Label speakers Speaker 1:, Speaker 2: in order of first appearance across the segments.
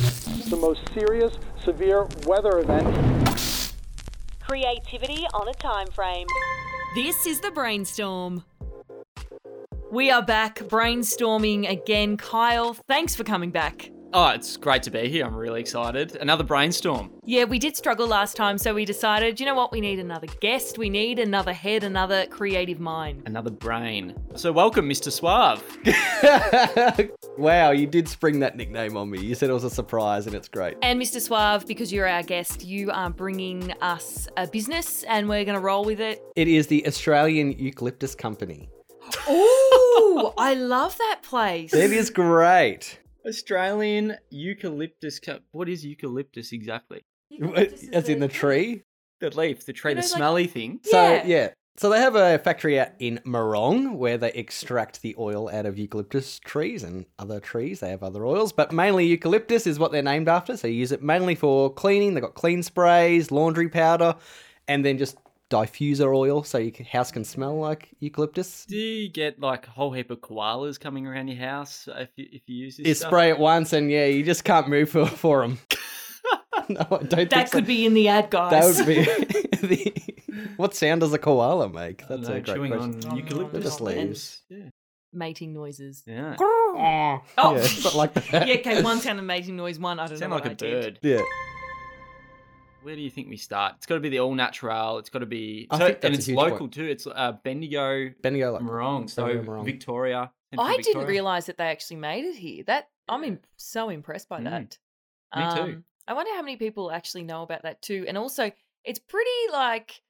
Speaker 1: It's the most serious, severe weather event.
Speaker 2: Creativity on a time frame.
Speaker 3: This is the brainstorm. We are back brainstorming again. Kyle, thanks for coming back.
Speaker 4: Oh, it's great to be here. I'm really excited. Another brainstorm.
Speaker 3: Yeah, we did struggle last time, so we decided, you know what, we need another guest, we need another head, another creative mind.
Speaker 4: Another brain. So, welcome, Mr. Suave.
Speaker 5: wow, you did spring that nickname on me. You said it was a surprise, and it's great.
Speaker 3: And Mr. Suave, because you're our guest, you are bringing us a business and we're going to roll with it.
Speaker 5: It is the Australian Eucalyptus Company.
Speaker 3: Ooh, I love that place.
Speaker 5: It is great.
Speaker 4: Australian eucalyptus. Co- what is eucalyptus exactly?
Speaker 5: As in the tree.
Speaker 4: The leaf, the tree,
Speaker 3: You know,
Speaker 4: the
Speaker 3: like-
Speaker 4: smelly thing.
Speaker 3: Yeah.
Speaker 5: So, yeah. So they have a factory out in Morong where they extract the oil out of eucalyptus trees and other trees. They have other oils, but mainly eucalyptus is what they're named after. So you use it mainly for cleaning. They've got clean sprays, laundry powder, and then just diffuser oil so your house can smell like eucalyptus.
Speaker 4: Do you get like a whole heap of koalas coming around your house if you, if you use this?
Speaker 5: you
Speaker 4: stuff?
Speaker 5: spray it once and yeah, you just can't move for, for 'em. no, I don't think
Speaker 3: That
Speaker 5: so.
Speaker 3: could be in the ad, guys.
Speaker 5: That would be. the, what sound does a koala make?
Speaker 4: I don't
Speaker 5: That's
Speaker 4: know,
Speaker 5: a great
Speaker 4: chewing
Speaker 5: question.
Speaker 4: on eucalyptus.
Speaker 5: Just leaves.
Speaker 4: Yeah.
Speaker 3: Mating noises.
Speaker 4: yeah.
Speaker 5: Oh,
Speaker 3: Oh.
Speaker 5: yeah, something like that.
Speaker 3: Yeah, okay, one sound amazing noise, one I don't
Speaker 4: Sound
Speaker 3: know.
Speaker 4: like
Speaker 3: what
Speaker 4: a
Speaker 3: I did.
Speaker 4: bird.
Speaker 5: Yeah.
Speaker 4: Where do you think we start? It's got to be the all natural. It's got to be.
Speaker 5: I
Speaker 4: so-
Speaker 5: think that's
Speaker 4: and
Speaker 5: a
Speaker 4: it's
Speaker 5: huge
Speaker 4: local
Speaker 5: point.
Speaker 4: too. It's uh, Bendigo.
Speaker 5: Bendigo, like,
Speaker 4: I'm wrong. So
Speaker 5: Bendigo, Morong.
Speaker 4: Victoria. Central
Speaker 3: I didn't
Speaker 4: Victoria.
Speaker 3: realize that they actually made it here. That I'm
Speaker 4: Yeah.
Speaker 3: im- so impressed by
Speaker 4: Mm.
Speaker 3: that. Um,
Speaker 4: Me too.
Speaker 3: I wonder how many people actually know about that too. And also, it's pretty like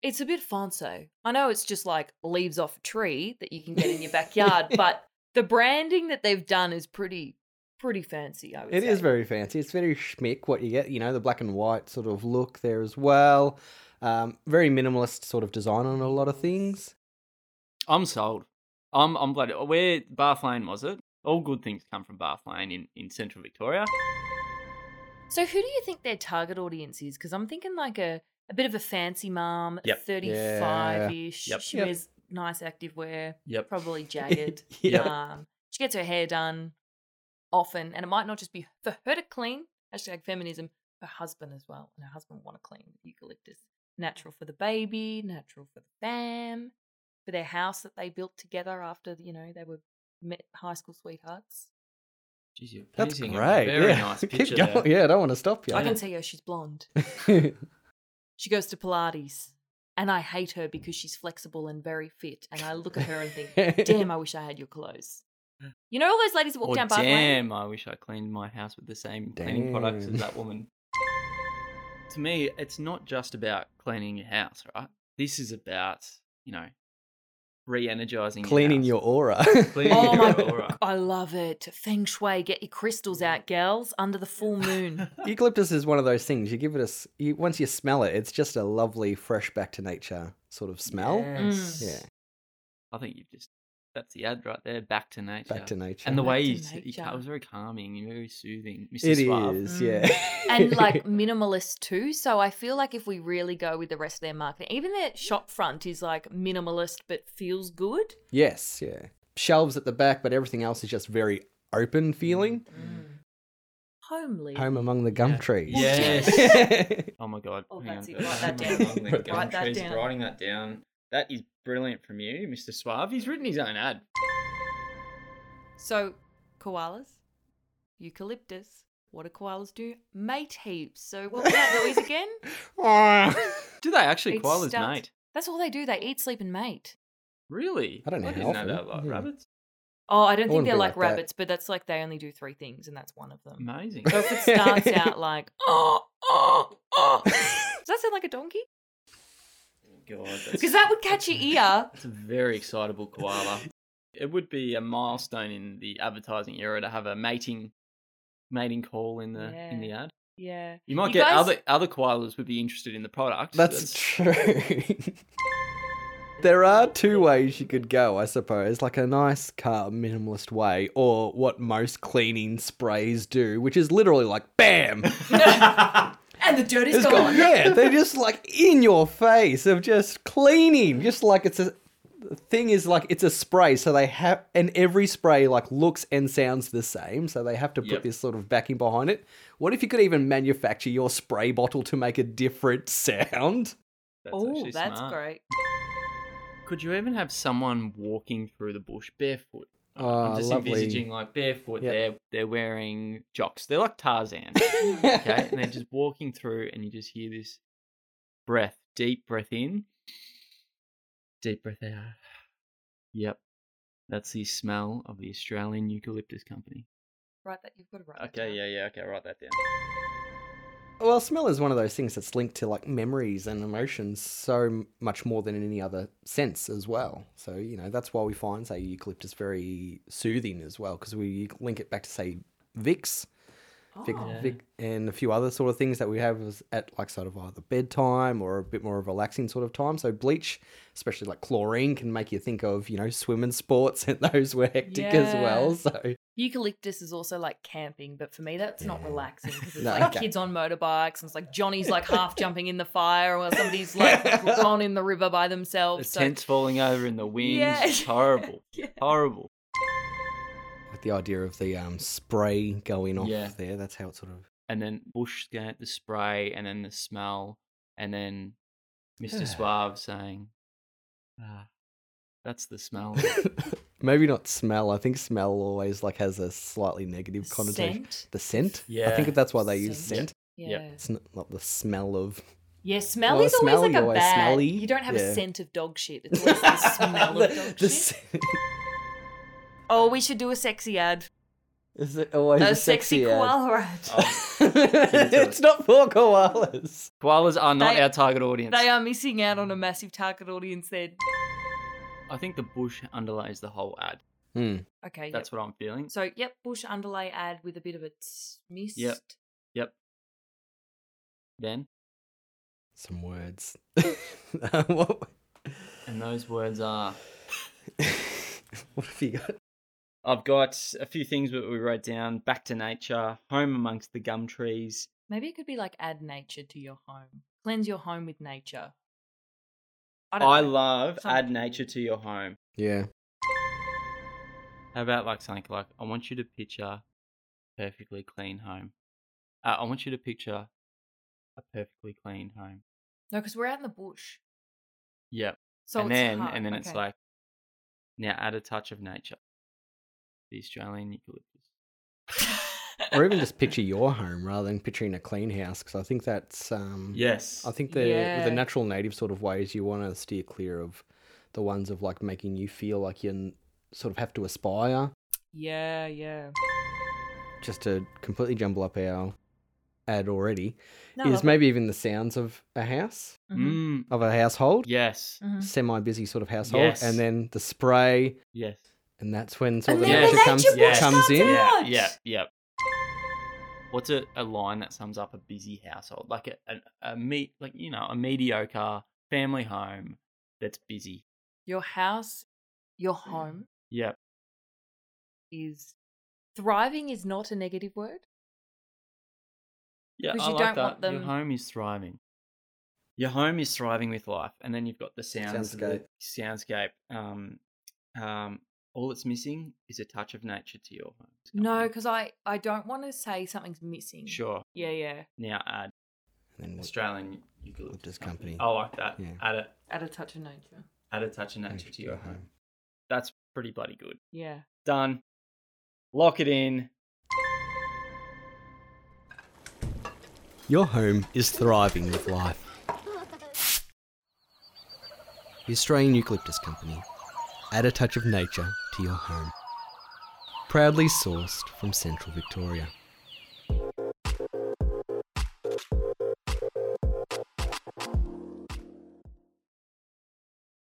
Speaker 3: it's a bit Fonso. I know it's just like leaves off a tree that you can get in your backyard, but the branding that they've done is pretty pretty fancy. I would
Speaker 5: It
Speaker 3: say.
Speaker 5: is very fancy. It's very schmick what you get. You know, the black and white sort of look there as well. Um, very minimalist sort of design on a lot of things.
Speaker 4: I'm sold. I'm I'm glad. Where Bath Lane was it? All good things come from Bath Lane in, in central Victoria.
Speaker 3: So, who do you think their target audience is? Because I'm thinking like a, a bit of a fancy mom,
Speaker 4: Yep.
Speaker 3: 35 ish.
Speaker 4: Yep.
Speaker 3: She
Speaker 5: Yep.
Speaker 3: wears nice activewear,
Speaker 4: Yep.
Speaker 3: probably jagged.
Speaker 5: Yep.
Speaker 3: um, she gets her hair done often, and it might not just be for her to clean, hashtag feminism, her husband as well. And her husband want to clean with eucalyptus. Natural for the baby, natural for the fam, for their house that they built together after, you know, they were met high school sweethearts.
Speaker 4: Jeez, you're
Speaker 5: That's
Speaker 4: painting a
Speaker 5: great.
Speaker 4: Very
Speaker 5: yeah.
Speaker 4: nice
Speaker 5: Keep
Speaker 4: picture.
Speaker 5: going.
Speaker 4: there.
Speaker 5: Yeah, I don't want to stop you.
Speaker 3: I can see her, she's blonde. She goes to Pilates, and I hate her because she's flexible and very fit. And I look at her and think, damn, I wish I had your clothes. You know all those ladies that walk
Speaker 4: Or
Speaker 3: down Bath Lane?
Speaker 4: Oh, damn, I wish I cleaned my house with the same cleaning products as
Speaker 5: Damn.
Speaker 4: that woman. to me, it's not just about cleaning your house, right? This is about you know re-energizing,
Speaker 5: Cleaning
Speaker 4: your,
Speaker 5: your aura.
Speaker 4: house. cleaning
Speaker 3: Oh
Speaker 4: your
Speaker 3: my-
Speaker 4: aura.
Speaker 3: I love it. Feng Shui, get your crystals out, gals, under the full moon.
Speaker 5: Eucalyptus is one of those things. You give it a s- you, once you smell it, it's just a lovely, fresh back to nature sort of smell.
Speaker 4: Yes.
Speaker 5: Yeah.
Speaker 4: I think you've just that's the ad right there. Back to nature.
Speaker 5: Back to nature.
Speaker 4: And the
Speaker 3: Back
Speaker 4: way
Speaker 3: to
Speaker 4: you, s- you ca-
Speaker 3: nature.
Speaker 4: it was very calming, and very soothing. Mr.
Speaker 5: it
Speaker 4: Suave.
Speaker 3: Mm.
Speaker 5: is, yeah.
Speaker 3: and like minimalist too. So I feel like if we really go with the rest of their marketing, even their shop front is like minimalist but feels good.
Speaker 5: yes, yeah. Shelves at the back, but everything else is just very open feeling.
Speaker 4: Mm.
Speaker 3: Homely.
Speaker 5: Home among the gum trees.
Speaker 4: Yes.
Speaker 5: Yeah.
Speaker 4: Oh my god.
Speaker 3: Oh,
Speaker 4: hang on.
Speaker 3: that's it. Write that
Speaker 4: Hang
Speaker 5: down.
Speaker 4: on, the
Speaker 5: Write
Speaker 4: gum
Speaker 3: that
Speaker 4: trees,
Speaker 3: down.
Speaker 4: Writing that down. That is brilliant from you, Mr. Suave. He's written his own ad.
Speaker 3: So, koalas, eucalyptus. What do koalas do? Mate heaps. So, what was that noise again?
Speaker 4: Do they actually
Speaker 3: It's
Speaker 4: koalas
Speaker 3: stuffed.
Speaker 4: mate?
Speaker 3: That's all they do. They eat, sleep, and mate.
Speaker 4: Really?
Speaker 5: I don't know
Speaker 4: I
Speaker 5: how
Speaker 4: didn't know
Speaker 5: often.
Speaker 4: that about
Speaker 5: Yeah.
Speaker 4: rabbits.
Speaker 3: Oh, I don't think
Speaker 5: wouldn't
Speaker 3: they're
Speaker 5: be
Speaker 3: like,
Speaker 5: like that.
Speaker 3: rabbits, but that's like they only do three things, and that's one of them.
Speaker 4: Amazing.
Speaker 3: So if it starts out like, oh, oh, oh, does that sound like a donkey?
Speaker 4: God, that's-
Speaker 3: Because that would catch your ear.
Speaker 4: It's a very excitable koala. It would be a milestone in the advertising era to have a mating mating call in the in the
Speaker 3: Yeah.
Speaker 4: ad.
Speaker 3: Yeah.
Speaker 4: You might
Speaker 3: You
Speaker 4: get
Speaker 3: guys-
Speaker 4: other other koalas would be interested in the product.
Speaker 5: That's true. there are two ways you could go, I suppose, like a nice, calm, minimalist way, or what most cleaning sprays do, which is literally like bam,
Speaker 3: And the dirt is
Speaker 5: It's
Speaker 3: gone.
Speaker 5: gone. Yeah, they're just like in your face of just cleaning, just like it's a, thing is like it's a spray, so they have and every spray like looks and sounds the same, so they have to put
Speaker 4: Yep.
Speaker 5: this sort of backing behind it. What if you could even manufacture your spray bottle to make a different sound?
Speaker 4: That's
Speaker 3: Oh,
Speaker 4: actually
Speaker 3: that's
Speaker 4: smart.
Speaker 3: great.
Speaker 4: Could you even have someone walking through the bush barefoot?
Speaker 5: Ah,
Speaker 4: I'm just
Speaker 5: lovely.
Speaker 4: envisaging like barefoot.
Speaker 5: Yep.
Speaker 4: They're they're wearing jocks. They're like Tarzan. okay, and they're just walking through, and you just hear this breath, deep breath in, deep breath out. Yep, that's the smell of the Australian Eucalyptus Company.
Speaker 3: Write that. You've got to write. that
Speaker 4: Okay,
Speaker 3: down.
Speaker 4: yeah, yeah, okay, write that down.
Speaker 5: Well, smell is one of those things that's linked to like memories and emotions so m- much more than any other sense as well. So, you know, that's why we find, say, eucalyptus very soothing as well, because we link it back to, say, Vicks.
Speaker 3: Oh.
Speaker 5: Vic,
Speaker 4: Oh, Yeah.
Speaker 5: Vic, and a few other sort of things that we have is at like sort of either bedtime or a bit more relaxing sort of time. So bleach, especially like chlorine, can make you think of you know swimming sports and those were hectic as well.
Speaker 3: Yeah.
Speaker 5: So
Speaker 3: Eucalyptus is also like camping, but for me that's not relaxing because it's
Speaker 5: No,
Speaker 3: like
Speaker 5: okay.
Speaker 3: kids on motorbikes and it's like Johnny's like half jumping in the fire or somebody's like gone in the river by
Speaker 4: The
Speaker 3: themselves. Oh, so-
Speaker 4: tent's falling over in the wings.
Speaker 3: Yeah.
Speaker 4: It's horrible,
Speaker 3: Yeah.
Speaker 4: horrible.
Speaker 5: with the idea of the um, spray going off
Speaker 4: Yeah.
Speaker 5: there, that's how it sort of
Speaker 4: And then bush sca- the spray, and then the smell, and then Mr. Suave saying, "Ah, that's the smell."
Speaker 5: maybe not smell. I think smell always like has a slightly negative connotation.
Speaker 3: Scent?
Speaker 5: The scent. I
Speaker 4: Yeah.
Speaker 5: think that's why they use
Speaker 3: Scent.
Speaker 5: scent.
Speaker 3: Yeah.
Speaker 4: Yep.
Speaker 5: It's not, not the smell of
Speaker 3: Yeah, smell
Speaker 5: Well,
Speaker 3: is
Speaker 5: smell,
Speaker 3: always like
Speaker 5: you're
Speaker 3: a
Speaker 5: always
Speaker 3: bad.
Speaker 5: smelly.
Speaker 3: You don't have
Speaker 5: Yeah.
Speaker 3: a scent of dog shit. It's always the smell of dog shit.
Speaker 5: scent.
Speaker 3: oh, we should do a sexy ad.
Speaker 5: Is it always
Speaker 3: A
Speaker 5: Oh, a
Speaker 3: sexy
Speaker 5: ad? Oh,
Speaker 3: koala ad.
Speaker 5: it's not for koalas.
Speaker 4: Koalas are not
Speaker 3: They-
Speaker 4: our target audience.
Speaker 3: They are missing out on a massive target audience there.
Speaker 4: I think the bush underlays the whole ad.
Speaker 5: Hmm.
Speaker 3: Okay.
Speaker 4: That's what I'm feeling.
Speaker 3: yep. So, yep, bush underlay ad with a bit of a tss- mist.
Speaker 4: Yep. Then,
Speaker 5: Some words. Uh, what,
Speaker 4: and those words are.
Speaker 5: what have you got?
Speaker 4: I've got a few things that we wrote down. Back to nature, home amongst the gum trees.
Speaker 3: Maybe it could be like add nature to your home. Cleanse your home with nature.
Speaker 4: I,
Speaker 3: don't know.
Speaker 4: love
Speaker 3: Something.
Speaker 4: add nature to your home.
Speaker 5: Yeah.
Speaker 4: How about like something like I want you to picture a perfectly clean home. Uh, I want you to picture a perfectly clean home.
Speaker 3: No, because we're out in the bush.
Speaker 4: Yep.
Speaker 3: So
Speaker 4: and
Speaker 3: it's
Speaker 4: then
Speaker 3: hard.
Speaker 4: and then it's
Speaker 3: Okay.
Speaker 4: like now add a touch of nature. The Australian eucalyptus.
Speaker 5: Or even just picture your home rather than picturing a clean house because I think that's. Um,
Speaker 4: Yes.
Speaker 5: I think the
Speaker 3: Yeah.
Speaker 5: the natural native sort of ways you want to steer clear of the ones of like making you feel like you n- sort of have to aspire
Speaker 3: Yeah, yeah.
Speaker 5: just to completely jumble up our ad already
Speaker 3: No,
Speaker 5: is maybe even the sounds of a house
Speaker 3: hmm
Speaker 4: Mm,
Speaker 5: of a household
Speaker 4: yes.
Speaker 3: Mm-hmm.
Speaker 5: semi-busy sort of household
Speaker 4: Yes.
Speaker 5: and then the spray
Speaker 4: Yes.
Speaker 5: and that's when sort
Speaker 3: And
Speaker 5: of the
Speaker 4: then the
Speaker 5: nature
Speaker 4: nature
Speaker 5: comes,
Speaker 4: boy
Speaker 5: comes
Speaker 3: starts
Speaker 5: in
Speaker 3: out.
Speaker 4: Yeah.
Speaker 3: Much.
Speaker 4: Yeah. Yeah. What's a, a line that sums up a busy household? Like a, a, a meet like you know, a mediocre family home that's busy.
Speaker 3: Your house, your home
Speaker 4: Yep.
Speaker 3: is thriving is not a negative word.
Speaker 4: Yeah,
Speaker 3: 'Cause
Speaker 4: I
Speaker 3: you
Speaker 4: like
Speaker 3: don't
Speaker 4: that.
Speaker 3: want
Speaker 4: Your
Speaker 3: them-
Speaker 4: home is thriving. Your home is thriving with life, and then you've got the sounds, of the soundscape. Um, um, all it's missing is a touch of nature to your home. It's
Speaker 3: No,
Speaker 4: company.
Speaker 3: because I I don't want to say something's missing.
Speaker 4: sure.
Speaker 3: Yeah, yeah.
Speaker 4: Now add
Speaker 5: And then what-
Speaker 4: Australian eucalyptus
Speaker 5: Eucalyptus company.
Speaker 4: I like that.
Speaker 5: Yeah.
Speaker 4: Add a
Speaker 3: Add a touch of nature.
Speaker 4: add a touch of nature to your home. That's pretty bloody good.
Speaker 3: Yeah.
Speaker 4: Done. Lock it in.
Speaker 5: Your home is thriving with life. The Australian Eucalyptus Company. Add a touch of nature to your home. Proudly sourced from central Victoria.